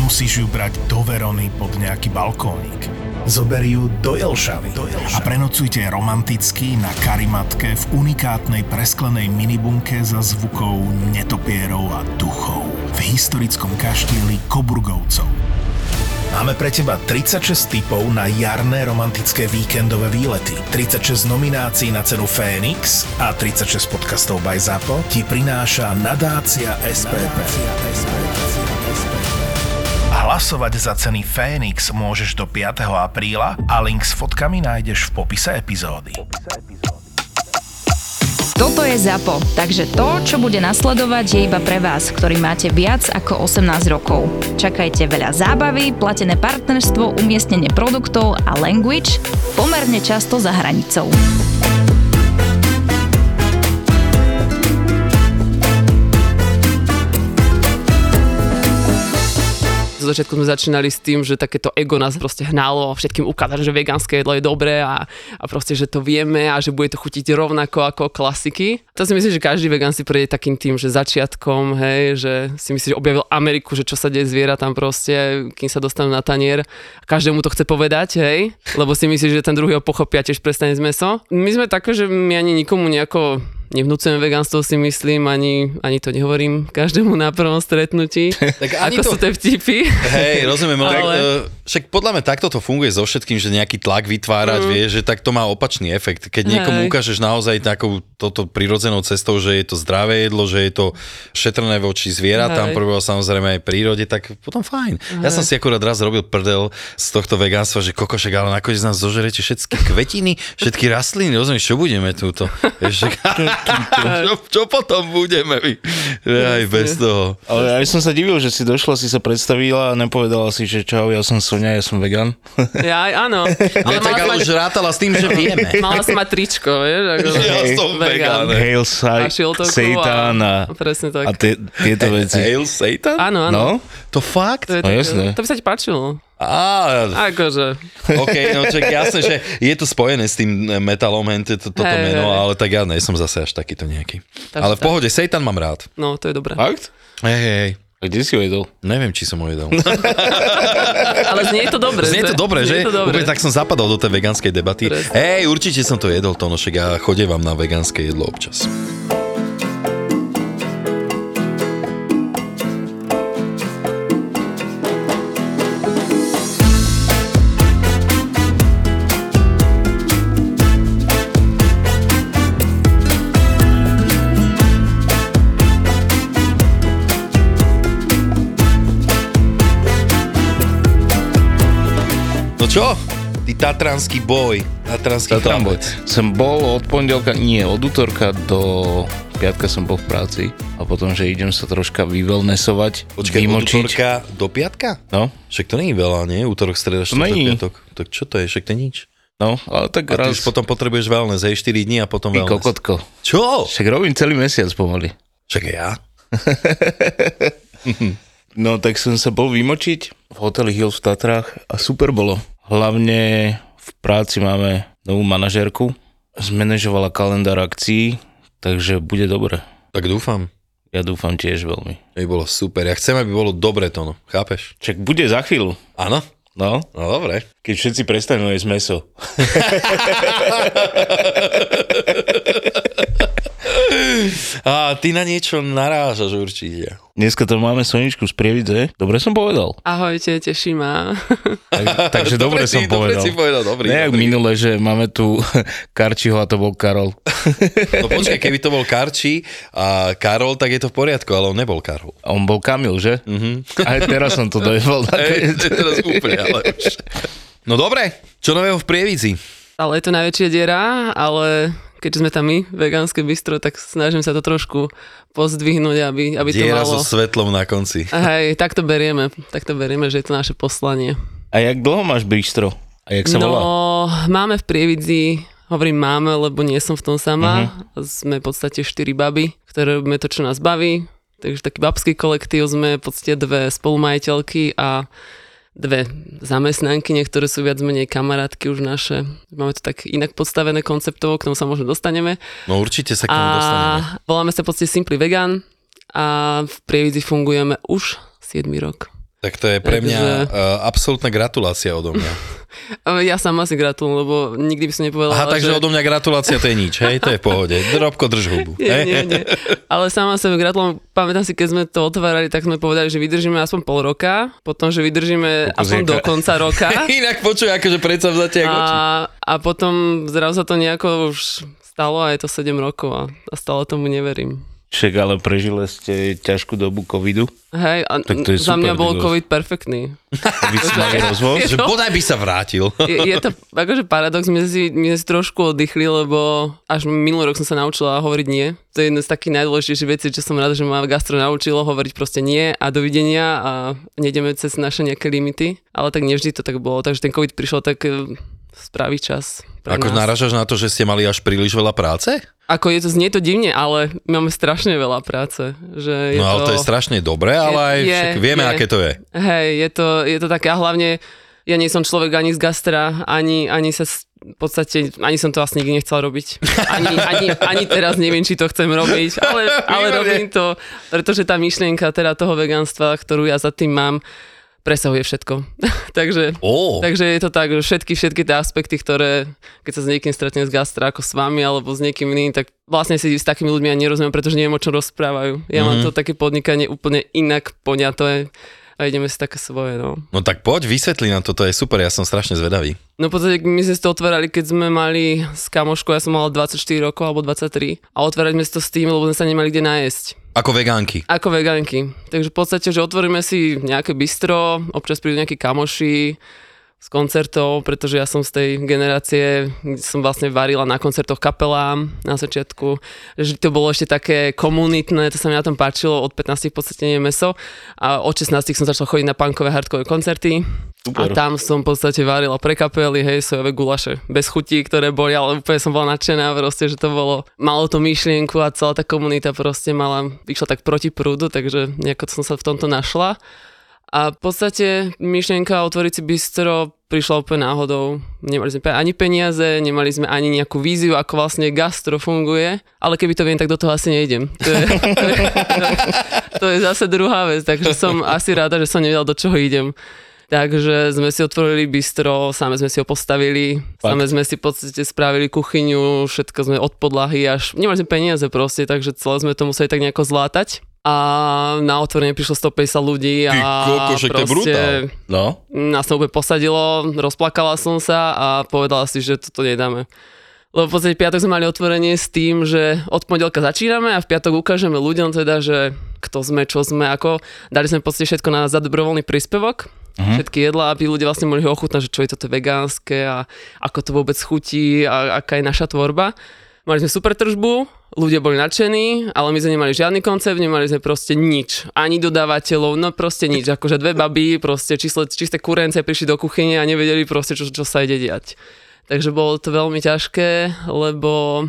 musíš ju brať do Verony pod nejaký balkónik. Zober ju do Jelšavy. Do A prenocujte romanticky na karimatke v unikátnej presklenej minibunke za zvukov netopierov a duchov v historickom kaštieli Koburgovcov. Máme pre teba 36 typov na jarné romantické víkendové výlety, 36 nominácií na cenu Fénix a 36 podcastov by Zapo ti prináša nadácia SPP. Hlasovať za ceny Fénix môžeš do 5. apríla a link s fotkami nájdeš v popise epizódy. Toto je ZAPO, takže to, čo bude nasledovať, je iba pre vás, ktorý máte viac ako 18 rokov. Čakajte veľa zábavy, platené partnerstvo, umiestnenie produktov a language pomerne často za hranicou. Zo začiatku sme začínali s tým, že takéto ego nás proste hnalo a všetkým ukázať, že vegánske jedlo je dobré a, a proste, že to vieme a že bude to chutiť rovnako ako klasiky. To si myslím, že každý vegán si prejde takým tým, že začiatkom, hej, že si myslí, že objavil Ameriku, že čo sa deje zviera tam proste, kým sa dostanú na tanier. A každému to chce povedať, hej, lebo si myslí, že ten druhý ho pochopia tiež prestane z meso. My sme také, že my ani nikomu nejako nevnúcujem vegánstvo si myslím, ani, ani to nehovorím každému na prvom stretnutí, Tak ani ako to- sú tie vtipy. Hej, rozumiem, ale, ale... Ale- však podľa mňa takto to funguje so všetkým, že nejaký tlak vytvárať, mm. vieš, že tak to má opačný efekt. Keď niekomu Hej. ukážeš naozaj takou toto prirodzenou cestou, že je to zdravé jedlo, že je to šetrné voči Hej. zvieratám, prvo samozrejme aj prírode, tak potom fajn. Ja som si akurát raz robil prdel z tohto vegánstva, že kokošek, ale nakoniec nás zožerete všetky kvetiny, všetky rastliny, rozumieš, čo budeme túto? Vieš, že... čo, čo potom budeme my? Že Aj bez toho. Ale aj som sa divil, že si došla, si sa predstavila a nepovedala si, že čau, ja som Sonia, ja som vegan. Ja aj áno. Ale Ale tak mala, ale som, už rátala s tým, že vieme. mala som mať tričko, vieš? Ako, Ja som vegán. Ne. Hail A Sai- šiltovku Satan a, a, presne tak. a tie, tieto veci. Hail Satan? Áno, áno. No, To fakt? To, je No také- jasné. to by sa ti páčilo. Á, Akože. OK, no čak jasné, že je to spojené s tým metalom, hen, to, toto Hej, meno, hej. ale tak ja nie som zase až takýto nejaký. Tak, ale v tak. pohode, Satan mám rád. No, to je dobré. fakt? Hej, hej, hej. A kde si ho jedol? Neviem, či som ho jedol. Ale znie to dobre. Znie to dobre, že? Znie to dobre. Úplne tak som zapadol do tej vegánskej debaty. Presne. Hej, určite som to jedol, Tonošek, a chodievam na vegánske jedlo občas. No čo? Ty tatranský boj. Tatranský chlapec. Som bol od pondelka, nie, od útorka do piatka som bol v práci a potom, že idem sa troška vyvelnesovať, Počkaj, od vymočiť. útorka do piatka? No, Však to není veľa, nie? Útorok, streda, štvrtok, není. piatok. Tak čo to je? Však to je nič. no, ale A tak ty raz už potom potrebuješ wellness, hej, 4 dní a potom ty wellness. kokotko. Čo? Však robím celý mesiac pomaly. Čak ja? No tak som sa bol vymočiť v hoteli Hills v Tatrách a super bolo. Hlavne v práci máme novú manažérku, zmanéžovala kalendár akcií, takže bude dobre. Tak dúfam. Ja dúfam tiež veľmi. Aby bolo super. Ja chcem, aby bolo dobre to, no. Chápeš? Čak bude za chvíľu, Áno? no? No dobre. Keď všetci prestanú jesť meso. A ty na niečo narážaš určite. Dneska to máme Soničku z Prievidze. Dobre som povedal. Ahojte, teší ma. Tak, takže dobre, som si, povedal. Dobre si povedal, dobrý. Ne, jak dobrý. minule, že máme tu Karčiho a to bol Karol. No počkaj, keby to bol Karči a Karol, tak je to v poriadku, ale on nebol Karol. A On bol Kamil, že? Mm-hmm. Aj teraz som to dojebal. Mhm. Hej, to je teraz úplne, ale už. No dobre, čo nového v Prievidzi? Ale je to najväčšia diera, ale keďže sme tam my, vegánske bistro, tak snažím sa to trošku pozdvihnúť, aby, aby to Diera malo... so svetlom na konci. Hej, tak to berieme, tak to berieme, že je to naše poslanie. A jak dlho máš bistro? A jak sa no, volá? máme v Prievidzi, hovorím máme, lebo nie som v tom sama. Mhm. Sme v podstate štyri baby, ktoré robíme to, čo nás baví. Takže taký babský kolektív sme v podstate dve spolumajiteľky a dve zamestnanky, niektoré sú viac menej kamarátky už naše. Máme to tak inak podstavené konceptovo, k tomu sa možno dostaneme. No určite sa k tomu dostaneme. A voláme sa v podstate Simply Vegan a v Prievidzi fungujeme už 7 rok. Tak to je pre mňa Takže- eh, absolútna gratulácia odo mňa. Ale Ja sama si gratulujem, lebo nikdy by som nepovedala, Aha, takže že... odo mňa gratulácia to je nič, hej, to je v pohode. Robko, drž hubu. Nie, hej? nie, nie. Ale sama sebe gratulujem. Pamätám si, keď sme to otvárali, tak sme povedali, že vydržíme aspoň pol roka, potom, že vydržíme Kokos aspoň jaka. do konca roka. Inak počuj, akože predsa vzatia ako... A, a potom zrazu sa to nejako už stalo a je to 7 rokov a, a stále tomu neverím. Však ale prežili ste ťažkú dobu covidu. Hej, a Tak to je za super, mňa bol Didos. COVID perfektný. A Vy ste mali rozvod. Že bodaj by sa vrátil. Je, je to akože paradox, my sme si, my sme si trošku oddychli, lebo až minulý rok som sa naučila hovoriť nie. To je jedna z takých najdôležitejších vecí, čo som rada, že ma gastro naučilo hovoriť proste nie a dovidenia a nejdeme cez naše nejaké limity. Ale tak nevždy to tak bolo, takže ten COVID prišiel tak eh, v pravý čas. Pre Ako nás. náražaš na to, že ste mali až príliš veľa práce? Ako je to, znie to divne, ale máme strašne veľa práce. Že je No ale to to je strašne dobré, ale aj je- však vieme, je. aké to je. Hej, je to, je to také a hlavne ja nie som človek ani z gastra, ani, ani sa s- v podstate, ani som to vlastne nikdy nechcel robiť. Ani, ani, ani teraz neviem, či to chcem robiť, ale, ale Výborne. robím to, pretože tá myšlienka teda toho veganstva, ktorú ja za tým mám, presahuje všetko. takže, Ó, takže je to tak, že všetky, všetky tie aspekty, ktoré, keď sa s niekým stretnem z gastra, ako s vami, alebo s niekým iným, tak vlastne si s takými ľuďmi ani nerozumiem, pretože neviem, o čom rozprávajú. Ja mám to také podnikanie úplne inak poňaté a ideme si také svoje, no. no tak poď, vysvetli nám to, to je super, ja som strašne zvedavý. No v podstate my sme si to otvárali, keď sme mali s kamoškou, ja som mala 24 rokov alebo 23 a otvárali sme si to s tým, lebo sme sa nemali kde nájsť. Ako vegánky. Ako vegánky. Takže v podstate, že otvoríme si nejaké bistro, občas prídu nejakí kamoši s koncertov, pretože ja som z tej generácie, kde som vlastne varila na koncertoch kapelám na začiatku, že to bolo ešte také komunitné, to sa mi na tom páčilo, od 15 v podstate nie je meso a od 16 som začala chodiť na punkové hardcore koncerty Super. a tam som v podstate varila pre kapely, hej, sojové gulaše, bez chutí, ktoré boli, ale úplne som bola nadšená proste, že to bolo, malo to myšlienku a celá tá komunita proste mala, išla tak proti prúdu, takže nejako som sa v tomto našla. A v podstate myšlienka otvoriť si bistro prišla úplne náhodou. Nemali sme pe- ani peniaze, nemali sme ani nejakú víziu, ako vlastne gastro funguje, ale keby to viem, tak do toho asi nejdem. To je, to je, to je zase druhá vec, takže som asi rada, že som nevedela, do čoho idem. Takže sme si otvorili bistro, same sme si ho postavili, Fakt? same sme si v podstate spravili kuchyňu, všetko sme od podlahy až, nemali sme peniaze proste, takže celé sme to museli tak nejako zlátať. A na otvorenie prišlo 150 ľudí a Ty kokos, však to je brutál. No, nás to úplne posadilo, rozplakala som sa a povedala si, že toto nedáme. Lebo v podstate piatok sme mali otvorenie s tým, že od pondelka začíname a v piatok ukážeme ľuďom teda, že kto sme, čo sme, ako. Dali sme v podstate všetko na za dobrovoľný príspevok, mm-hmm. všetky jedlá, aby ľudia vlastne mohli ochutnať, že čo je toto vegánske a ako to vôbec chutí a aká je naša tvorba. Mali sme super tržbu, ľudia boli nadšení, ale my sme nemali žiadny koncept, nemali sme proste nič. Ani dodávateľov, no proste nič. Akože dve baby, proste čísle, čisté kurence prišli do kuchyne a nevedeli proste, čo, čo sa ide diať. Takže bolo to veľmi ťažké, lebo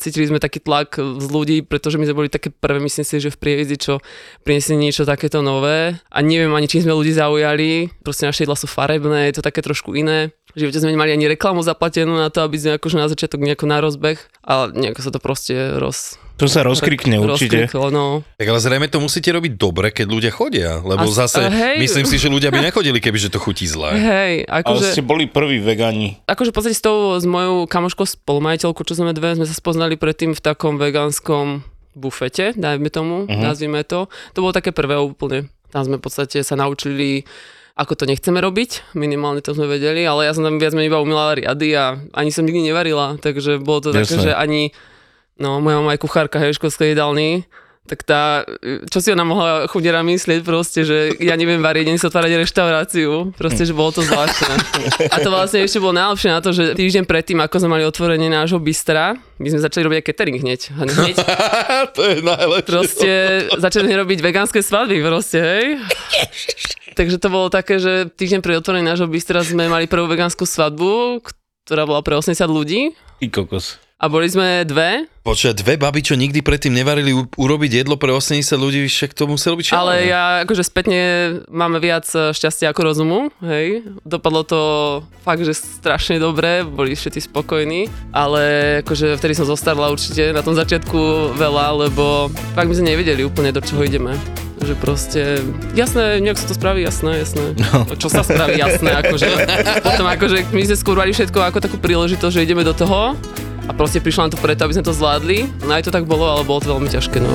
cítili sme taký tlak z ľudí, pretože my sme boli také prvé, myslím si, že v prievidzi, čo priniesli niečo takéto nové. A neviem ani, čím sme ľudí zaujali. Proste naše jedla sú farebné, je to také trošku iné. V živote sme nemali ani reklamu zaplatenú na to, aby sme akože na začiatok nejako na rozbeh, ale nejako sa to proste roz... to sa rozkrikne určite. rozkriklo, no. Tak ale zrejme to musíte robiť dobre, keď ľudia chodia, lebo As- a zase hej. myslím si, že ľudia by nechodili, kebyže to chutí zle. Hej, Ale akože... ste boli prví vegani. akože v podstate s tou, s mojou kamoškou spolumajiteľkou, čo sme dve, sme sa spoznali predtým v takom vegánskom bufete, dajme tomu, uh-huh. nazvime to. To bolo také prvé úplne. Tam sme v podstate sa naučili ako to nechceme robiť, minimálne to sme vedeli, ale ja som tam viac menej iba umila riady a ani som nikdy nevarila, takže bolo to také, že Jasné. ani, no moja mama je kuchárka, hej, v školskej jedálni, tak tá, čo si ona mohla chudera myslieť proste, že ja neviem variť, ani si otvárať reštauráciu, proste, že bolo to zvláštne. A to vlastne ešte bolo najlepšie na to, že týždeň predtým, ako sme mali otvorenie nášho bistra, my sme začali robiť aj catering hneď. hneď to je najlepšie. proste začali sme robiť vegánske svadby proste, hej? Takže to bolo také, že týždeň pred otvorením nášho bistra sme mali prvú vegánsku svadbu, ktorá bola pre 80 ľudí Ty kokos. a boli sme dve Počkaj, dve baby, čo nikdy predtým nevarili u- urobiť jedlo pre 80 ľudí, však to muselo Ale byť šialené. ja akože spätne máme viac eh, šťastia ako rozumu, hej. Dopadlo to fakt, že strašne dobre, boli všetci spokojní, ale akože vtedy som zostarla určite na tom začiatku veľa, lebo fakt my sme nevedeli úplne, do čoho ideme. že proste, jasné, nejak sa to spraví, jasné, jasné. No. Čo sa spraví, jasné, akože. Potom akože my sme skôr mali všetko ako takú príležitosť, že ideme do toho a proste prišla nám to preto, aby sme to zvládli. No aj to tak bolo, ale bolo to veľmi ťažké, no.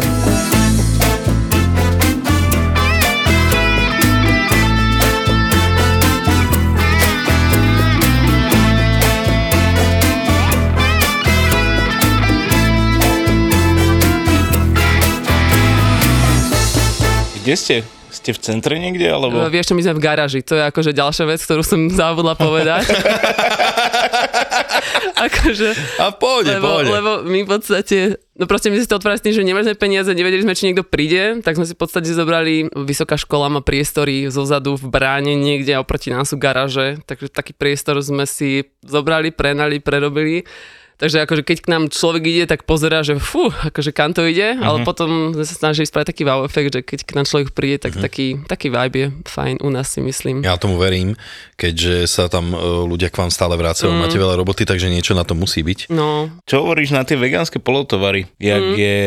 Kde ste? Ste v centre niekde, alebo? Eh, Vieš čo, my sme v garáži, to je akože ďalšia vec, ktorú som zabudla povedať. akože, A v pohode, lebo, pohode. lebo my v podstate, no proste my sme si to otvárali s tým, že nemáme peniaze, nevedeli sme, či niekto príde, tak sme si v podstate zobrali, vysoká škola má priestory zozadu v bráne niekde a oproti nám sú garáže, takže taký priestor sme si zobrali, prenali, prerobili. Takže akože keď k nám človek ide, tak pozerá, že fú, akože kam to ide, Mhm. ale potom sme sa snažili spraviť taký wow efekt, že keď k nám človek príde, tak taký, taký vibe je fajn u nás si myslím. Mhm. Ja tomu verím, keďže sa tam e, ľudia k vám stále Mm. vracajú, máte veľa roboty, takže niečo na to musí byť. No, Čo hovoríš na tie vegánske polotovary? Jak Mm. je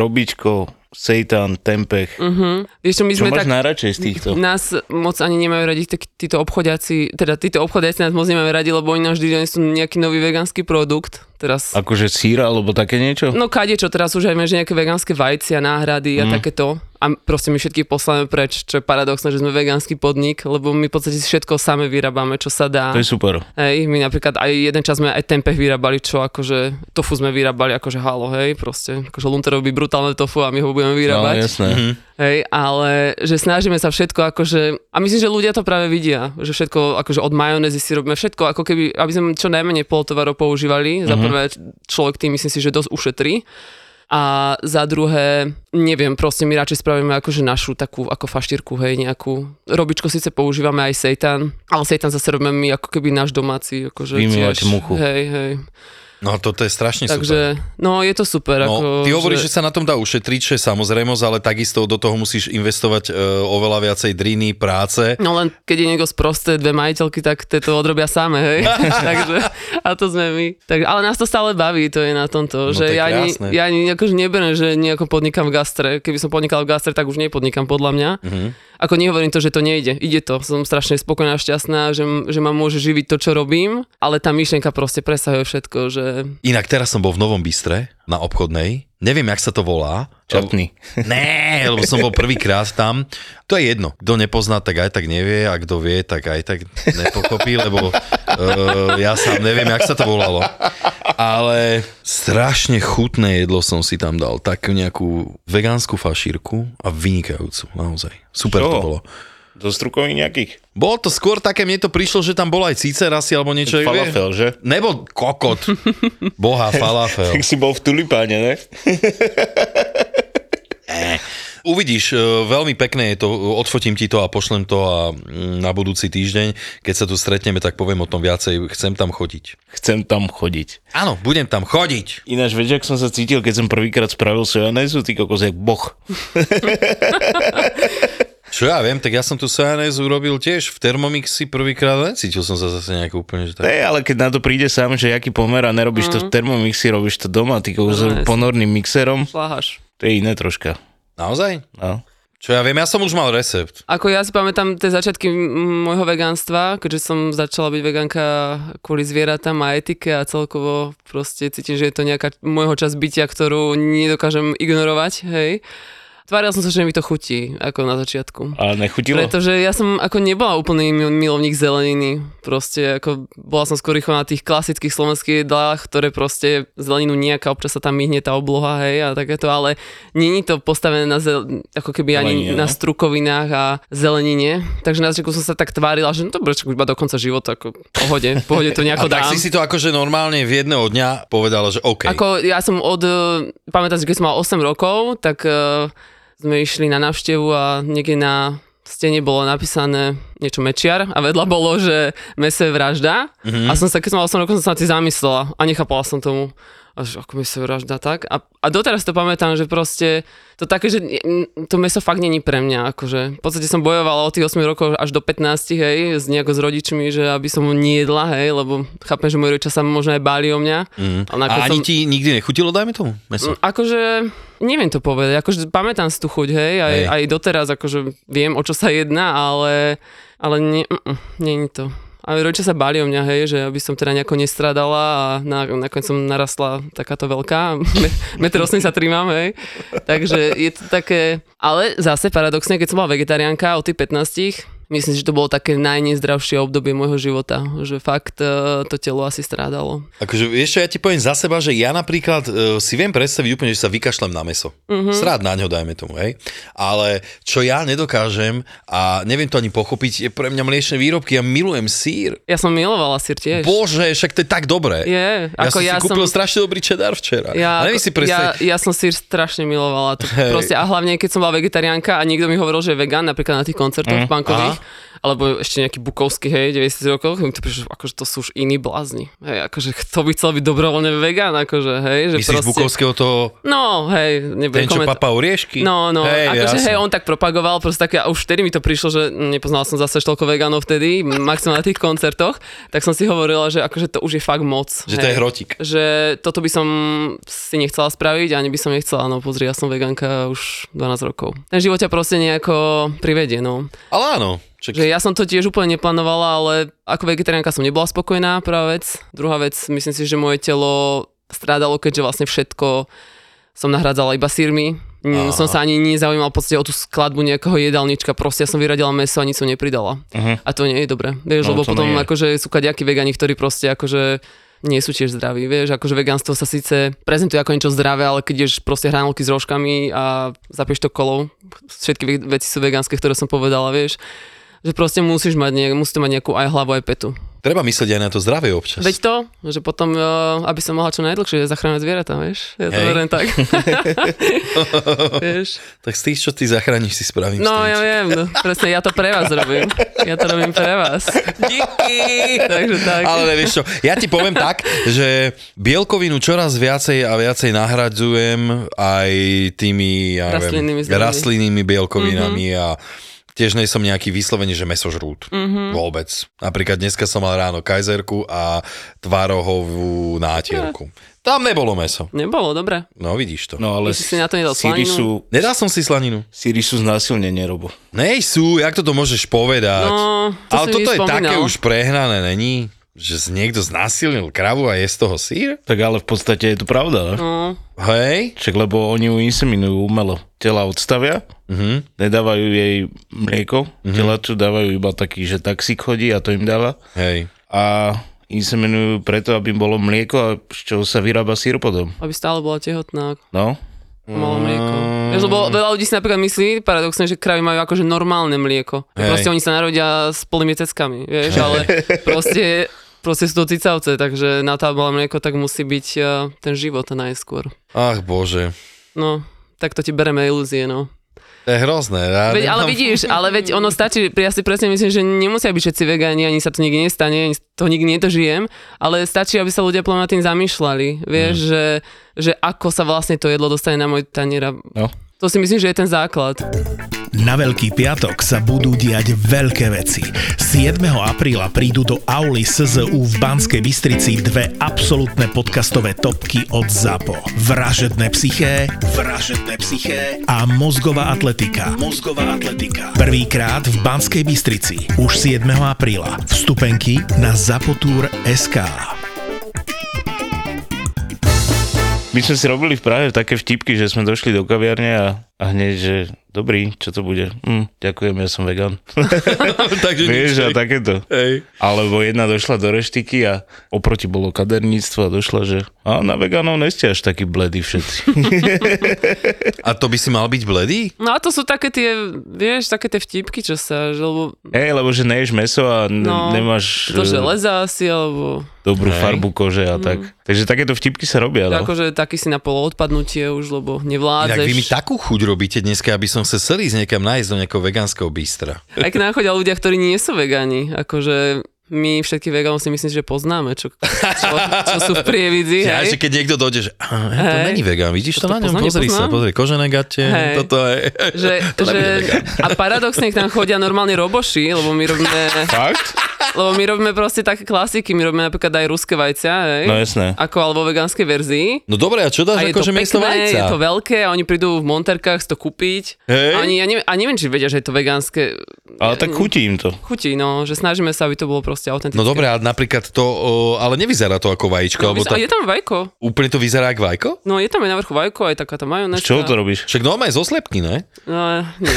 robičko, seitan, tempeh. mhm. Vieš čo, my Čo sme máš tak... No. najradšej z týchto? Nás moc ani nemajú radi tak, títo obchodiaci, teda títo obchodiaci nás moc nemajú radi, lebo oni nám vždy sú nejaký nový vegánsky produkt. Teraz, Akože síra, alebo také niečo? no kade čo, teraz už aj máš nejaké vegánske vajcia, náhrady Mhm. a takéto. A proste my všetky posláme preč, čo je paradoxné, že sme vegánsky podnik, lebo my v podstate si všetko same vyrábame, čo sa dá. To je super. No, Hej, my napríklad aj jeden čas sme aj tempeh vyrábali, čo akože tofu sme vyrábali, akože halo, hej, proste, akože Lunter robí brutálne tofu a my ho budeme No, vyrábať. jasné. Hej, ale že snažíme sa všetko akože, a myslím, že ľudia to práve vidia, že všetko akože od majonézy si robíme všetko, ako keby, aby sme čo najmenej polotovarov používali. Za Mhm. prvé, č- človek tým myslím si, že dosť ušetrí. A za druhé, neviem, proste my radšej spravíme akože našu takú ako faštírku, hej, nejakú. Robičko síce používame aj seitan, ale seitan zase robíme my ako keby náš domáci. Akože Vymývate muchu. Hej, hej. No toto je strašne super. Takže, no je to super. ako, No, ty hovoríš, že... že sa na tom dá ušetriť, čo je samozrejmosť, ale takisto do toho musíš investovať e, oveľa viacej driny, práce. No len keď je niekto sprosté, dve majiteľky, tak tie to odrobia same, hej. Takže, a to sme my. Tak, ale nás to stále baví, to je na tomto. No, že to je ja, ani, krásne. ja ani akože neberem, že nejako podnikám v gastre. Keby som podnikal v gastre, tak už nepodnikám podľa mňa. Mhm. Mm-hmm. Ako nehovorím to, že to nejde. Ide to. Som strašne spokojná, šťastná, že, že ma môže živiť to, čo robím, ale tá myšlienka proste presahuje všetko, že Inak teraz som bol v Novom Bystre na obchodnej. Neviem, jak sa to volá. Čapný. Né, lebo som bol prvýkrát tam. To je jedno. Kto nepozná, tak aj tak nevie, a kto vie, tak aj tak nepochopí, lebo uh, ja sám neviem, jak sa to volalo. Ale strašne chutné jedlo som si tam dal. Takú nejakú vegánsku fašírku a vynikajúcu, naozaj. Super Čo? to bolo. Do strukových nejakých. Bolo to skôr také, mne to prišlo, že tam bol aj cicer asi, alebo niečo. jak vie. Falafel, že? Nebol kokot. Boha, falafel. Tak si bol v tulipáne, ne? Uvidíš, e, veľmi pekné je to, odfotím ti to a pošlem to a mm, na budúci týždeň, keď sa tu stretneme, tak poviem o tom viacej, chcem tam chodiť. Chcem tam chodiť. Áno, budem tam chodiť. Ináč, vieš, ak som sa cítil, keď som prvýkrát spravil sojanézu, ty kokos, jak boh. Čo ja viem, tak ja som tu sojanézu urobil tiež v Thermomixi prvýkrát, necítil som sa zase nejak úplne, že tak. Ne, ale keď na to príde sám, že jaký pomer a nerobíš to v termomixi, robíš to doma, ty Mhm. No, kokos, no, jasne. ponorným mixerom, šláhaš. to je iné troška. Naozaj? No. Čo ja viem, ja som už mal recept. Ako ja si pamätám tie začiatky m- môjho vegánstva, keďže som začala byť vegánka kvôli zvieratám a etike a celkovo proste cítim, že je to nejaká môjho čas bytia, ktorú nedokážem ignorovať, hej. Tváril som sa, že mi to chutí, ako na začiatku. Ale nechutilo? Pretože ja som ako nebola úplný mil- milovník zeleniny. Proste ako bola som skôr rýchlo na tých klasických slovenských jedlách, ktoré proste zeleninu nejaká, občas sa tam myhne tá obloha, hej, a takéto, ale není to postavené na zel- ako keby ani Zelenine, na no. strukovinách a zelenine. Takže na začiatku som sa tak tvárila, že no dobre, čak iba do konca života, ako v pohode, v pohode to A nejako tak dám. si si to akože normálne v jedného dňa povedala, že OK. Ako ja som od, eh, pamätám si, keď som mal 8 rokov, tak eh, sme išli na návštevu a niekde na stene bolo napísané niečo mečiar a vedľa bolo, Mhm. že mese je vražda. Mm-hmm. A som sa, keď som mal 8 rokov, som sa na tým zamyslela a nechápala som tomu. a že ako mi sa vražda tak. A, a doteraz to pamätám, že proste to také, že n- to meso fakt není pre mňa. Akože. V podstate som bojovala od tých 8 rokov až do 15, hej, s nejako s rodičmi, že aby som ho nejedla, hej, lebo chápem, že moji rodičia sa možno aj báli o mňa. Mm. Mhm. A ani ti nikdy nechutilo, dajme tomu, meso? Akože, neviem to povedať, akože pamätám si tú chuť, hej, aj, Hej. hej. aj doteraz akože viem, o čo sa jedná, ale, ale nie, mm, nie je to. A rodičia sa báli o mňa, hej, že aby som teda nejako nestradala a na, nakoniec som narastla takáto veľká, me- meter 83 mám, hej. Takže je to také, ale zase paradoxne, keď som bola vegetariánka od tých 15 myslím, že to bolo také najnezdravšie obdobie môjho života, že fakt eh, to telo asi strádalo. Akože, vieš čo, ja ti poviem za seba, že ja napríklad uh, si viem predstaviť úplne, že sa vykašlem na meso. Mm-hmm. Mhm. Srád na ňo, dajme tomu, hej. Ale čo ja nedokážem a neviem to ani pochopiť, je pre mňa mliečne výrobky, ja milujem sír. Ja som milovala sír tiež. Bože, však to je tak dobré. Je, ja ako som ja si kúpil som- strašne dobrý čedar včera. Ja, a neviem si ja, predstaviť. ja som sír strašne milovala. To proste, a hlavne, keď som bola vegetariánka a niekto mi hovoril, že je vegan, napríklad na tých koncertoch mm, punkových, alebo ešte nejaký bukovský, hej, 90 rokov, mi to prišlo, že akože to sú už iní blázni. Hej, akože kto by chcel byť dobrovoľne vegan, akože, hej, že Myslíš proste... Bukovského toho, No, hej, nebudem ten, čo komentovať. papa oriešky? No, no, hej, akože jasné. hej, on tak propagoval, proste také, a už vtedy mi to prišlo, že nepoznal som zase až toľko vegánov vtedy, maximálne na tých koncertoch, tak som si hovorila, že akože to už je fakt moc. Že to je hrotík. Že toto by som si nechcela spraviť, ani by som nechcela, no pozri, ja som veganka už 12 rokov. Ten život ťa proste nejako privedie, no. Ale áno, čak, Že ja som to tiež úplne neplánovala, ale ako vegetariánka som nebola spokojná, prvá vec. Druhá vec, myslím si, že moje telo strádalo, keďže vlastne všetko som nahradzala iba sírmi. N- Som sa ani nezaujímal v podstate o tú skladbu nejakého jedálnička, proste ja som vyradila meso a nič som nepridala. Uh-huh. A to nie je dobré, vieš, Mhm. No, no, lebo to potom nie je. akože sú kaďakí vegani, ktorí proste akože nie sú tiež zdraví, vieš, akože vegánstvo sa síce prezentuje ako niečo zdravé, ale keď ješ proste hranolky s rožkami a zapieš to kolou, všetky ve- veci sú vegánske, ktoré som povedala, vieš, že proste musíš mať, nejak, musíš to mať nejakú aj hlavu, aj petu. treba myslieť aj na to zdravie občas. Veď to, že potom, e, aby som mohla čo najdlhšie zachrániť zvieratá, vieš? Ja to Hej. hovorím tak. vieš? Tak z tých, čo ty zachrániš, si spravím. No, srandu. ja viem, no, presne, ja to pre vás robím. Ja to robím pre vás. Díky! Takže tak. Ale nevieš čo, ja ti poviem tak, že bielkovinu čoraz viacej a viacej nahradzujem aj tými ja Rastlinnými viem, zdrojmi. Mhm. rastlinnými bielkovinami mm-hmm. a tiež nie som nejaký vyslovene, že mesožrút. Mhm. Mm-hmm. Vôbec. Napríklad dneska som mal ráno kajzerku a tvárohovú nátierku. Tam nebolo meso. Nebolo, dobre. No vidíš to. No. No Ty ale si si na to nedal síry slaninu? sú, Nedal som si slaninu. síry sú znásilnenie, Robo. Nej sú, jak toto môžeš povedať? No, to Ale si mi toto je spomínal. také už prehnané, není? Že z- niekto znásilnil kravu a je z toho sír? Tak ale v podstate je to pravda, ne? No, Hej? Však lebo oni ju inseminujú umelo. Tela odstavia, Mhm. nedávajú jej mlieko, mm-hmm. telaču dávajú iba taký, že taxík chodí a to im dáva. Hej. A inseminujú preto, aby im bolo mlieko, a z čoho sa vyrába sír potom. aby stále bola tehotná, No, malo mlieko. Vieš, lebo veľa ľudí si napríklad myslí, paradoxne, že kravy majú akože normálne mlieko. Že Hej. Proste oni sa narodia s plnými ceckami, vieš, ale proste, proste sú to cicavce, takže na tá bola mlieko, tak musí byť eh, ten život najskôr. Ach bože. No, tak to ti bereme ilúzie, no. To je hrozné. Ja Veď, ale vidíš, ale veď ono stačí, ja si presne myslím, že nemusia byť všetci vegáni, ani sa to nikdy nestane, ani to nikdy nedožijem, ale stačí, aby sa ľudia plne nad tým zamýšľali, vieš, mm. že, že ako sa vlastne to jedlo dostane na môj tanier a no. to si myslím, že je ten základ. Na Veľký piatok sa budú diať veľké veci. 7. apríla prídu do Auli SZU v Banskej Bystrici dve absolútne podcastové topky od ZAPO. Vražedné psyché, vražedné psyché a mozgová atletika. Mozgová atletika. Prvýkrát v Banskej Bystrici. Už 7. apríla. Vstupenky na zapotur.sk SK. My sme si robili v Prahe také vtipky, že sme došli do kaviarne a, a hneď, že dobrý, čo to bude? Hm, ďakujem, ja som vegan. Takže nič, Vieš, a hej. takéto. Hej. Alebo jedna došla do reštiky a oproti bolo kaderníctvo a došla, že a na vegánov neste až takí bledí všetci. A to by si mal byť bledý? No a to sú také tie, vieš, také tie vtipky, čo sa, že, lebo Hej, lebo že neješ meso a n- No, nemáš to eh, železa asi, alebo dobrú Hej. farbu kože a tak. Mm. Takže takéto vtipky sa robia, no. no. akože taký si na poloodpadnutie už, lebo Inak vy mi nevládzeš. takú chuť robíte dneska, aby som sa chcel ísť niekam nájsť do nejakého vegánskeho bistra. Aj k nám chodia ľudia, ktorí nie sú vegáni, akože My všetky vegánov si myslím, že poznáme, čo, čo, čo sú v prievidzi. Ja, hej. že keď niekto dojde, že aha, hej, to Hej. není vegán, vidíš to, To na ňom, poznám, pozri sa, nepoznám. pozri, kožené gate, Hej. toto je. že, to že, nebude vegán. a paradoxne k nám chodia normálni roboši, lebo my robíme, Fakt? lebo my robíme proste také klasiky, my robíme napríklad aj ruské vajcia, hej, No jasné. ako alebo vegánskej verzii. No dobre, a čo A dáš je to akože miesto pekné, vajca? je to veľké a oni prídu v monterkách si to kúpiť. Hej. A, oni, ja neviem, a neviem, či vedia, že je to vegánske. Ale Mm. tak chutí im to. Chutí, no, že snažíme sa, aby to bolo proste autentické. No dobre, a napríklad to, o, ale nevyzerá to ako vajíčko, No, alebo vyz- to, a je tam vajko. úplne to vyzerá ako vajko? No, je tam aj na vrchu vajko, aj taká tá Z majonézka. čoho to robíš? Však normálne zo slepky, ne? No, nie.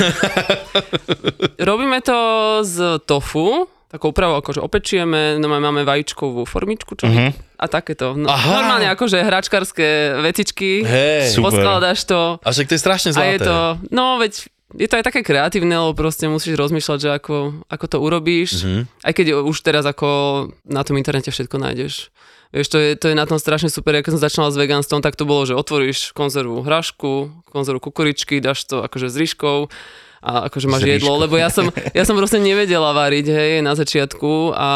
Robíme to z tofu, takou úpravou, akože opečieme, no máme vajíčkovú formičku, čo uh-huh. a takéto. No, Mhm. Aha. normálne akože hračkárske vecičky, Hej. Super. poskladáš to A však to je strašne a je zlaté. to, no veď je to aj také kreatívne, lebo proste musíš rozmýšľať, že ako, ako to urobíš, Mhm. aj keď už teraz ako na tom internete všetko nájdeš. Vieš, to je, to je na tom strašne super, ja keď som začala s veganstvom, tak to bolo, že otvoríš konzervu hrašku, konzervu kukuričky, dáš to akože s ryžkou a akože máš S jedlo, ryžkou. lebo ja som, ja som proste nevedela variť, hej, na začiatku a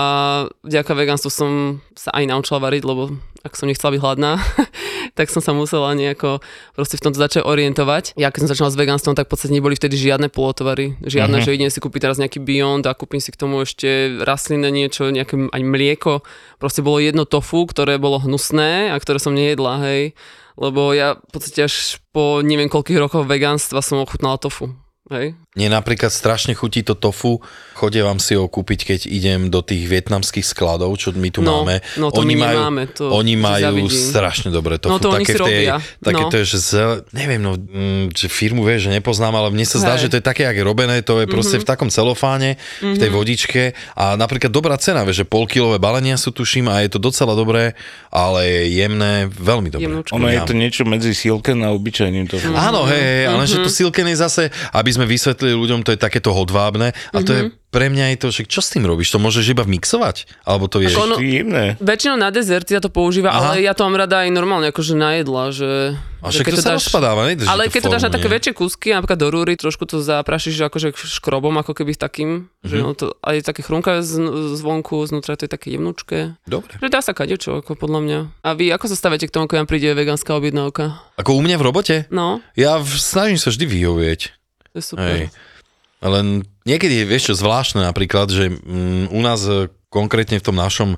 vďaka veganstvu som sa aj naučila variť, lebo ak som nechcela byť hladná, tak som sa musela nejako proste v tomto začať orientovať. Ja keď som začala s veganstvom, tak v podstate neboli vtedy žiadne polotovary, žiadne, Mhm. mm-hmm. že idem si kúpiť teraz nejaký Beyond a kúpim si k tomu ešte rastlinné niečo, nejaké aj mlieko. Proste bolo jedno tofu, ktoré bolo hnusné a ktoré som nejedla, hej. Lebo ja v podstate až po neviem koľkých rokoch veganstva som ochutnala tofu. Hej. Mne napríklad strašne chutí to tofu, chodia vám si ho kúpiť, keď idem do tých vietnamských skladov, čo my tu No, máme. no, to oni my majú, nemáme, to oni si majú zavidím. strašne dobré tofu. No, to oni si v robia, také no. to je, že zel, neviem, no, mm, že firmu vieš, že nepoznám, ale mne sa Hej. zdá, Mhm. že to je také, jak je robené, to je proste v takom celofáne, v tej vodičke a napríklad dobrá cena, vieš, že polkilové balenia sú tuším a je to docela dobré, ale je jemné, veľmi dobré. Jemnúčko. Ono je Ja. to niečo medzi silken a obyčajným to. Áno, hej, hej, ale že to Mhm. silkené zase, aby sme vysvetlili ľuďom, to je takéto hodvábne a Mhm. to je pre mňa je to, že čo s tým robíš? To môžeš iba mixovať? Alebo to je... Ako- Ono- Ako... Jemné. Väčšinou na dezert ja to používa, Aha. Aha. ale ja to mám rada aj normálne, akože na jedla, že... A že však to, sa rozpadáva, ne? Že Ale keď to dáš na formu, také nie? väčšie kúsky, napríklad do rúry, trošku to zaprašíš akože škrobom, ako keby takým, mm-hmm. že ono to, aj také chrumka z, zvonku, znútra to je také jemnúčké. Dobre. Že dá sa kadečo, ako podľa mňa. A vy ako sa staviete k tomu, keď vám príde vegánska objednávka? Ako u mňa v robote? No, Ja v, snažím sa vždy vyhovieť. to je super. Hej. Len niekedy je, vieš čo, zvláštne napríklad, že mm, u nás e, konkrétne v tom našom e,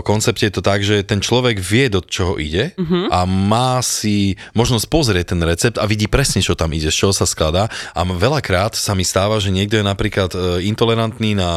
koncepte je to tak, že ten človek vie, do čoho ide a má si možnosť pozrieť ten recept a vidí presne, čo tam ide, z čoho sa skladá. A m- veľakrát sa mi stáva, že niekto je napríklad e, intolerantný na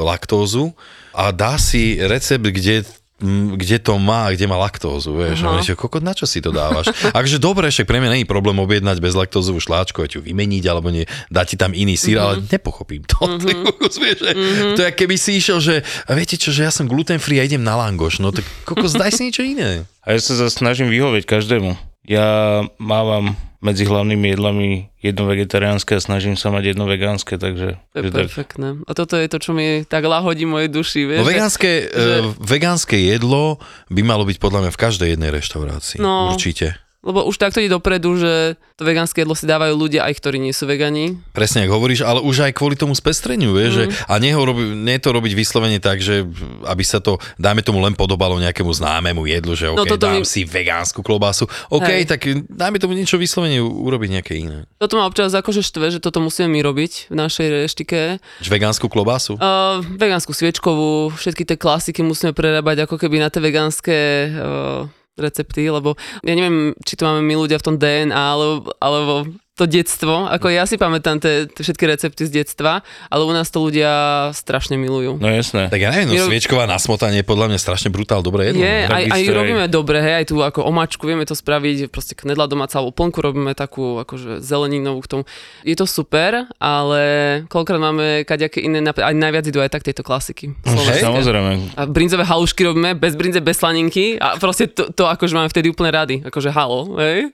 laktózu a dá si recept, kde mm, kde to má, kde má laktózu, vieš. A hovoríš, kokot, na čo si to dávaš? Akže dobre, však pre mňa není problém objednať bez laktózovú šláčku a ti ju vymeniť, alebo nie, dá ti tam iný sír, Mhm. ale nepochopím to. Kokos, vieš, že To je, keby si išiel, že a viete čo, že ja som gluten free a idem na langoš, no tak kokos, daj si niečo iné. A ja sa zase snažím vyhovieť každému. Ja mávam medzi hlavnými jedlami jedno vegetariánske a snažím sa mať jedno vegánske, takže... To je že tak. perfektné. A toto je to, čo mi tak lahodí mojej duši, vieš. No že- vegánske, že- e, vegánske jedlo by malo byť podľa mňa v každej jednej reštaurácii. No. Určite. Lebo už takto ide dopredu, že to vegánske jedlo si dávajú ľudia, aj ktorí nie sú vegani. Presne, ako hovoríš, ale už aj kvôli tomu spestreniu, vieš, že, Mm. a nie, ho robi, nie to robiť vyslovene tak, že aby sa to, dajme tomu, len podobalo nejakému známemu jedlu, že No OK, no, toto mi- dám si vegánsku klobásu, OK, Hej. tak dajme tomu niečo vyslovene u- urobiť nejaké iné. Toto ma občas akože štve, že toto musíme my robiť v našej reštike. Že vegánsku klobásu? Uh, vegánsku sviečkovú, všetky tie klasiky musíme prerábať ako keby na tie vegánske uh, recepty, lebo ja neviem, či to máme my ľudia v tom DNA, alebo, alebo to detstvo, ako ja si pamätám tie, tie všetky recepty z detstva, ale u nás to ľudia strašne milujú. No jasné. Tak ja neviem, no, Jo- sviečková nasmotanie je podľa mňa strašne brutál dobré jedlo. no. Je, aj, aj takisto aj- robíme dobre, hej, aj tú ako omačku vieme to spraviť, proste knedla domáca alebo plnku robíme takú akože zeleninovú k tomu. Je to super, ale koľkokrát máme kaďaké iné, nap- aj najviac idú aj tak tieto klasiky. Hej. slovenské. No, Samozrejme. A brinzové halušky robíme, bez brinze, bez slaninky a proste to, to akože máme vtedy úplne rady, akože halo, hej.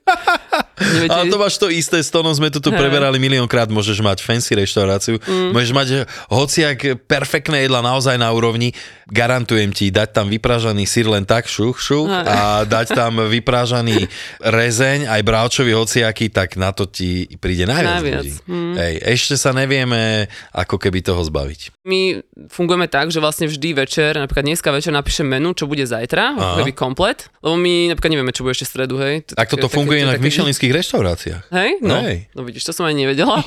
Neviete, Ale to máš to isté, s tónom sme to tu preberali miliónkrát, môžeš mať fancy reštauráciu, Mm. môžeš mať eh, hociak perfektné jedla naozaj na úrovni, garantujem ti, dať tam vyprážaný sír len tak šuch, šuch a dať tam vyprážaný rezeň, aj bravčový hociaky, tak na to ti príde najviac, Najviac, Mm. ľudí. Hej, ešte sa nevieme ako keby toho zbaviť. my fungujeme tak, že vlastne vždy večer, napríklad dneska večer napíšem menu, čo bude zajtra, Aha. keby komplet, lebo my napríklad nevieme, čo bude ešte v stredu, hej. To, Tak toto také- funguje také- inak v také- myšelinských reštauráciách. Hej? No, Hej. no vidíš, to som ani nevedela.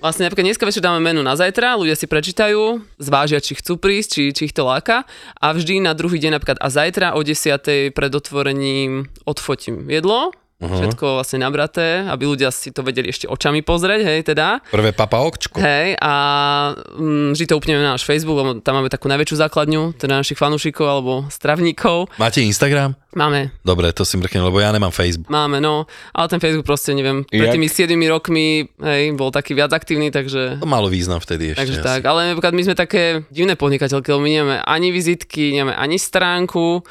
Vlastne napríklad dneska večer dáme menu na zajtra, ľudia si prečítajú, zvážia, či chcú prísť, či, či ich to láka a vždy na druhý deň napríklad a zajtra o 10. pred otvorením odfotím jedlo, všetko vlastne nabraté, aby ľudia si to vedeli ešte očami pozrieť, hej, teda. Prvé papa okčko. Hej, a mm, vždy to upneme na náš Facebook, lebo tam máme takú najväčšiu základňu, teda našich fanúšikov alebo stravníkov. Máte Instagram? Máme, Dobre, to si mrknem, lebo ja nemám Facebook. máme, no, ale ten Facebook proste, neviem, pred Jak? tými 7 rokmi, hej, bol taký viac aktívny, takže... To malo význam vtedy ešte. Takže asi. tak, ale napríklad my sme také divné podnikateľky, lebo my nemáme ani vizitky, nemáme ani stránku,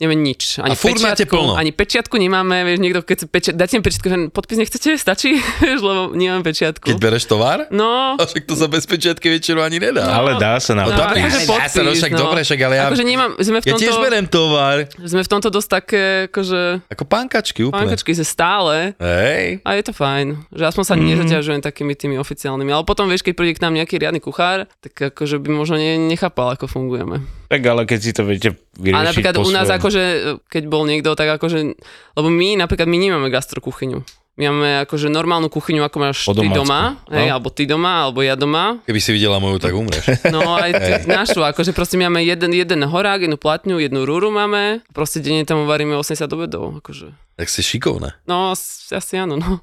nemáme nič. Ani A furt máte plno. Ani pečiatku nemáme, vieš, niekto, keď si pečia, dáte mi pečiatku, že podpis nechcete, stačí, vieš, lebo nemáme pečiatku. Keď bereš tovar? No, A však to sa bez pečiatky väčšinou ani nedá. Ale dá sa No, nám. no dobrý, akože dá sa, no podpis, však no. dobre, však ale ja, akože nemám, sme v ja tomto, tiež berem tovar. sme v tomto dosť také, akože, Ako pankačky úplne. pankačky sa stále, Hej. a je to fajn, že aspoň Mhm. sa mm. nezaťažujem takými tými oficiálnymi, ale potom vieš, keď príde k nám nejaký riadny kuchár, tak akože by možno ne, nechápal, ako fungujeme. Tak ale keď si to viete vyriešiť A napríklad po u nás svojom. akože, keď bol niekto, tak akože, lebo my napríklad my nemáme gastrokuchyňu. My máme akože normálnu kuchyňu, ako máš Po ty domácky, doma, hej, no. alebo ty doma, alebo ja doma. Keby si videla moju, tak umreš. No aj ty, našu, akože proste my máme jeden, jeden horák, jednu platňu, jednu rúru máme, proste denne tam varíme 80 obedov, akože. tak si šikovná. No, s- asi áno, no.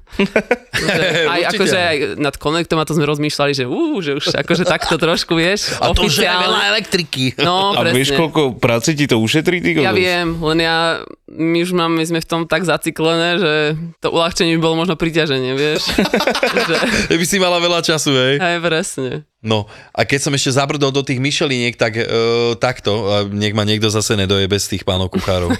Že aj, Určite. akože aj nad konektom a to sme rozmýšľali, že ú, že už akože takto trošku, vieš, A to už je oficiálne. veľa elektriky. No, A presne. vieš, koľko práce ti to ušetrí? Ty Ja kokos? viem, len ja, my už máme, my sme v tom tak zaciklené, že to uľahčenie by bolo možno priťaženie, vieš. že, By si mala veľa času, hej. aj presne. No, a keď som ešte zabrdol do tých myšeliniek, tak e, takto, a nech ma niekto zase nedoje bez tých pánov kuchárov,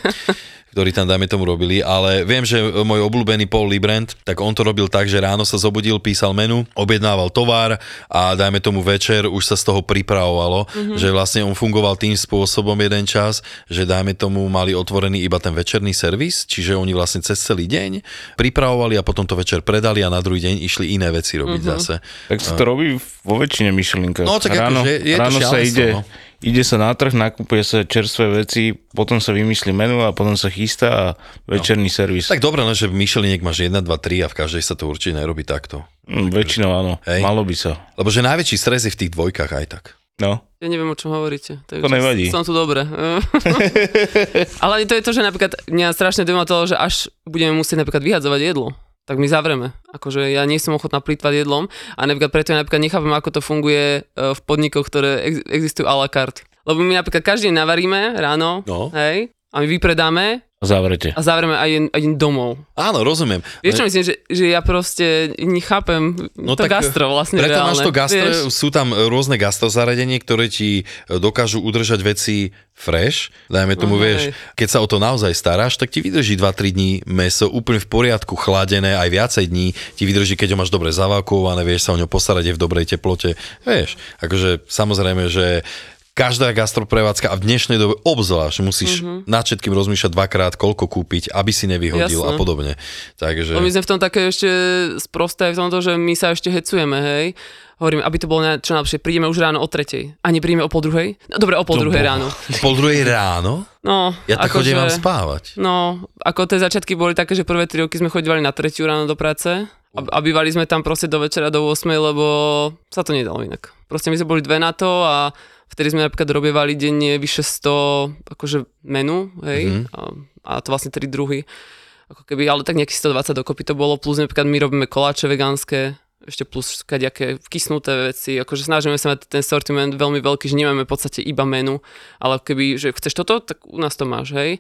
ktorí tam, dajme tomu, robili, ale viem, že e, môj obľúbený Paul Librand, tak on to robil tak, že ráno sa zobudil, písal menu, objednával tovar a dajme tomu večer už sa z toho pripravovalo, mm-hmm. že vlastne on fungoval tým spôsobom jeden čas, že dajme tomu mali otvorený iba ten večerný servis, čiže oni vlastne cez celý deň pripravovali a potom to večer predali a na druhý deň išli iné veci robiť mm-hmm. zase. Tak sa to robí vo väčšine myšlienka. No, tak ráno, akože je to ráno sa šialenstvo, ide, no. ide sa na trh, nakúpuje sa čerstvé veci, potom sa vymyslí menu a potom sa chystá a večerný No. servis. Tak dobre, lenže v Micheliniek máš 1, 2, 3 a v každej sa to určite nerobí takto. Mm, väčšinou áno, Hej. malo by sa. Lebo že najväčší stres je v tých dvojkách aj tak. No. Ja neviem, o čom hovoríte. Takže To nevadí. Som tu dobre. Ale to je to, že napríklad mňa strašne dojíma že až budeme musieť napríklad vyhadzovať jedlo tak my zavreme. Akože ja nie som ochotná plýtvať jedlom a napríklad preto ja napríklad nechápem, ako to funguje e, v podnikoch, ktoré ex- existujú a la carte. Lebo my napríklad každý deň navaríme ráno, No. hej, a my vypredáme A Zavrete. a zavreme aj, aj domov. Áno, rozumiem. Vieš čo myslím, že, že ja proste nechápem no No to tak, tak, gastro vlastne Preto reálne. máš to gastro, Vieš? sú tam e, rôzne gastrozariadenie, ktoré ti e, dokážu udržať veci fresh. Dajme tomu, Mhm, vieš, hej. keď sa o to naozaj staráš, tak ti vydrží 2-3 dní meso úplne v poriadku, chladené, aj viacej dní. Ti vydrží, keď ho máš dobre zavakované, vieš sa o ňo postarať je v dobrej teplote. Vieš, akože samozrejme, že každá gastroprevádzka a v dnešnej dobe obzvlášť Mhm. musíš mm-hmm. nad všetkým rozmýšľať dvakrát, koľko kúpiť, aby si nevyhodil Jasne. a Jasné. podobne. Takže... Lebo No, my sme v tom také ešte sprosté v tomto, že my sa ešte hecujeme, hej. Hovorím, aby to bolo na, čo najlepšie. Prídeme už ráno o tretej. A neprídeme o pol druhej? No, dobre, o pol druhej ráno. Pol druhej ráno? No, Ja tak akože- chodím vám spávať. No, ako tie začiatky boli také, že prvé tri roky sme chodívali na tretiu ráno do práce a, a bývali sme tam proste do večera do 8, lebo sa to nedalo inak. Proste my sme boli dve na to a vtedy sme napríklad robievali denne vyše 100 akože menu, hej, mm-hmm. a, a to vlastne tri druhy. Ako keby, ale tak nejakých 120 dokopy to bolo, plus napríklad my robíme koláče vegánske, ešte plus kaďaké kysnuté veci, akože snažíme sa mať ten sortiment veľmi veľký, že nemáme v podstate iba menu, ale keby, že chceš toto, tak u nás to máš, hej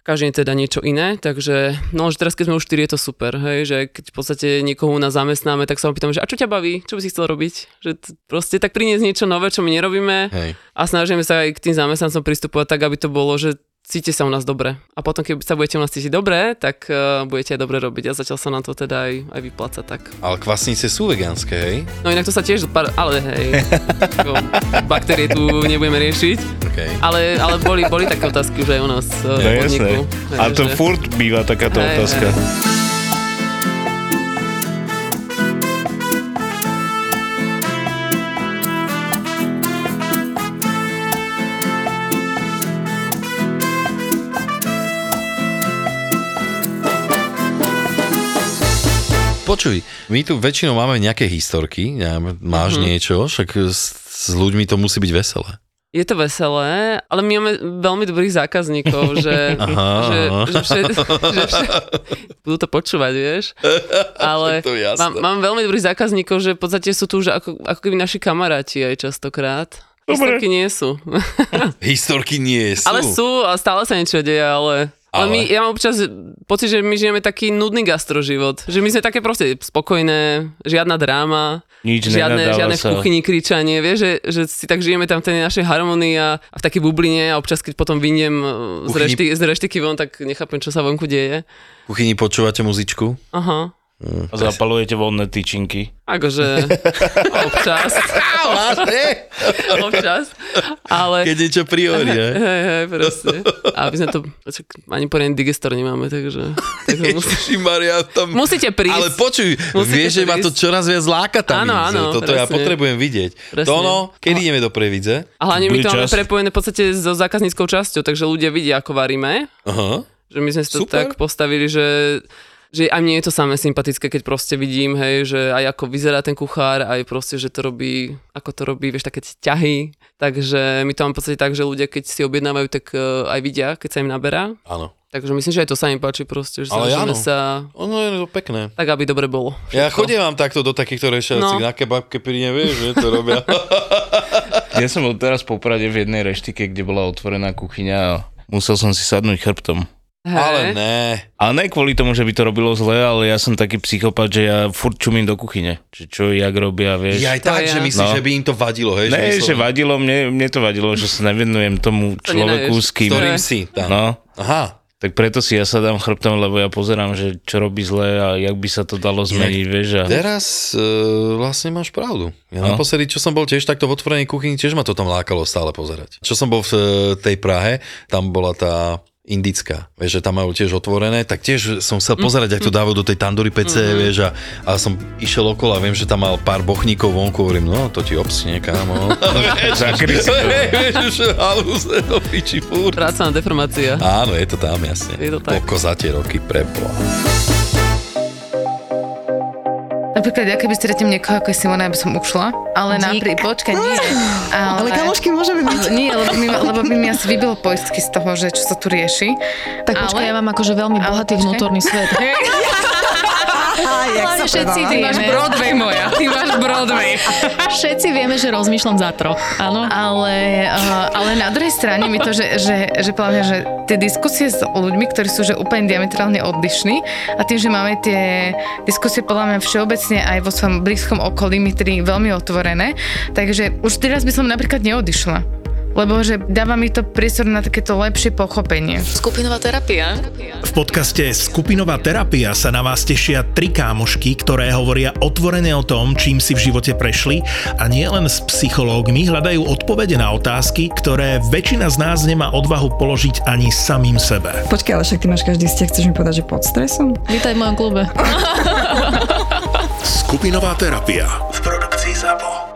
každý je teda niečo iné, takže no, že teraz keď sme už 4, je to super, hej, že keď v podstate niekoho u nás zamestnáme, tak sa ho pýtam, že a čo ťa baví, čo by si chcel robiť, že t- proste tak priniesť niečo nové, čo my nerobíme Hej. a snažíme sa aj k tým zamestnancom pristupovať tak, aby to bolo, že cíte sa u nás dobre. A potom, keď sa budete u nás cítiť dobre, tak uh, budete aj dobre robiť. A zatiaľ sa nám to teda aj, aj vypláca tak. Ale kvasnice sú vegánske, hej? No inak to sa tiež, pár, ale hej, ako baktérie tu nebudeme riešiť. Okay. Ale, ale boli, boli také otázky už aj u nás uh, No v podniku. jasné. A to Takže- furt býva takáto Hej, otázka. hej. Počuj, my tu väčšinou máme nejaké historky, ja- máš Mhm. mm-hmm. niečo, však s, s ľuďmi to musí byť veselé. Je to veselé, ale my máme veľmi dobrých zákazníkov, že, Aha. že, že, všet, že všet, budú to počúvať, vieš. Ale To je jasné. mám, mám veľmi dobrých zákazníkov, že v podstate sú tu už ako, ako keby naši kamaráti aj častokrát. Dobre. Historky nie sú. Historky nie sú. Ale sú a stále sa niečo deje, ale... Ale, ale my, Ale- ja mám občas pocit, že my žijeme taký nudný gastroživot. Že my sme také proste spokojné, žiadna dráma, Nič žiadne, nenadáva žiadne v sa. kuchyni kričanie, vieš, že, že si tak žijeme tam v tej našej harmonii a, a v takej bubline a občas, keď potom vyniem eh, z, Kuchyni- rešty, z reštiky von, tak nechápem, čo sa vonku deje. V kuchyni počúvate muzičku? Aha, A zapalujete voľné tyčinky. akože občas, Vlastne. občas, ale... Keď niečo priorí, hej? Hej, hej, proste. A my sme to, čak, ani poriadny digestor nemáme, takže... takže musí, Ježiši Maria, tam... musíte prísť. Ale počuj, Musíte vieš, že ma to prísť. čoraz viac láka tam Áno, ísť. áno, Toto ja presne. potrebujem vidieť. Presne. No. Tono, kedy ideme do Previdze? A hlavne my Bude to máme čas. prepojené v podstate so zákazníckou časťou, takže ľudia vidia, ako varíme. Aha. Že my sme si to Super. tak postavili, že že aj mne je to samé sympatické, keď proste vidím, hej, že aj ako vyzerá ten kuchár, aj proste, že to robí, ako to robí, vieš, také tie ťahy. Takže my to mám v podstate tak, že ľudia, keď si objednávajú, tak eh, aj vidia, keď sa im naberá. Áno. Takže myslím, že aj to sa im páči proste, že Ale snažíme áno. sa Ono je to pekné. tak, aby dobre bolo. Ja chodím vám takto do takýchto No. reštaurácií, na kebabke príde, vieš, že to robia. Ja som bol teraz po Prade v jednej reštike, kde bola otvorená kuchyňa a musel som si sadnúť chrbtom. Hej. Ale ne. A ne kvôli tomu, že by to robilo zle, ale ja som taký psychopat, že ja furt čumím do kuchyne. Že čo, jak robia, vieš. Ja aj tak, ja. že myslíš, No. že by im to vadilo, hej? ne, myslel- že vadilo, mne, mne to vadilo, že sa nevenujem tomu človeku, nenáješ. s kým... Ktorým si tam. No, Aha. tak preto si ja sadám chrbtom, lebo ja pozerám, že čo robí zle a jak by sa to dalo zmeniť, vieš. A... Teraz e, vlastne máš pravdu. Ja No. naposledy, čo som bol tiež takto v otvorenej kuchyni, tiež ma to tam lákalo stále pozerať. Čo som bol v e, tej Prahe, tam bola tá indická, vieš, že tam majú tiež otvorené, tak tiež som Mm. chcel pozerať, ak to dávajú do tej tandoori pece, mm-hmm. vieš, a, a som išiel okolo a viem, že tam mal pár bochníkov vonku, hovorím, no, to ti obsne, kámo. Zakryť si to. Vieš, už halúze do piči furt. Práca na deformácia. Áno, je to tam, jasne. Je to tak. Poko za tie roky preboha. Napríklad, ja keby stretnem niekoho ako je Simona, ja by som ušla, ale napri... Počkaj, nie. Ale, Ale kamošky môžeme byť. Ale Nie, lebo by, ma- lebo by mi asi vybilo poistky z toho, že čo sa tu rieši. Tak počkaj, ja mám akože veľmi Ale bohatý počkaj. vnútorný svet. Aha, jak sa všetci ty predáva. máš Broadway moja, ty máš Broadway. Všetci vieme, že rozmýšľam za troch, áno? Ale, uh, ale na druhej strane mi to, že, že, že podľa mňa, že tie diskusie s ľuďmi, ktorí sú že úplne diametrálne odlišní a tým, že máme tie diskusie podľa mňa všeobecne aj vo svojom blízkom okolí, my tri veľmi otvorené, takže už teraz by som napríklad neodišla. Lebo že dáva mi to priestor na takéto lepšie pochopenie. Skupinová terapia. V podcaste Skupinová terapia sa na vás tešia tri kámošky, ktoré hovoria otvorene o tom, čím si v živote prešli a nielen s psychológmi hľadajú odpovede na otázky, ktoré väčšina z nás nemá odvahu položiť ani samým sebe. Počkaj, ale však ty máš každý vzťah, chceš mi povedať, že pod stresom? Vítaj v mojom klube. Skupinová terapia v produkcii ZAPO.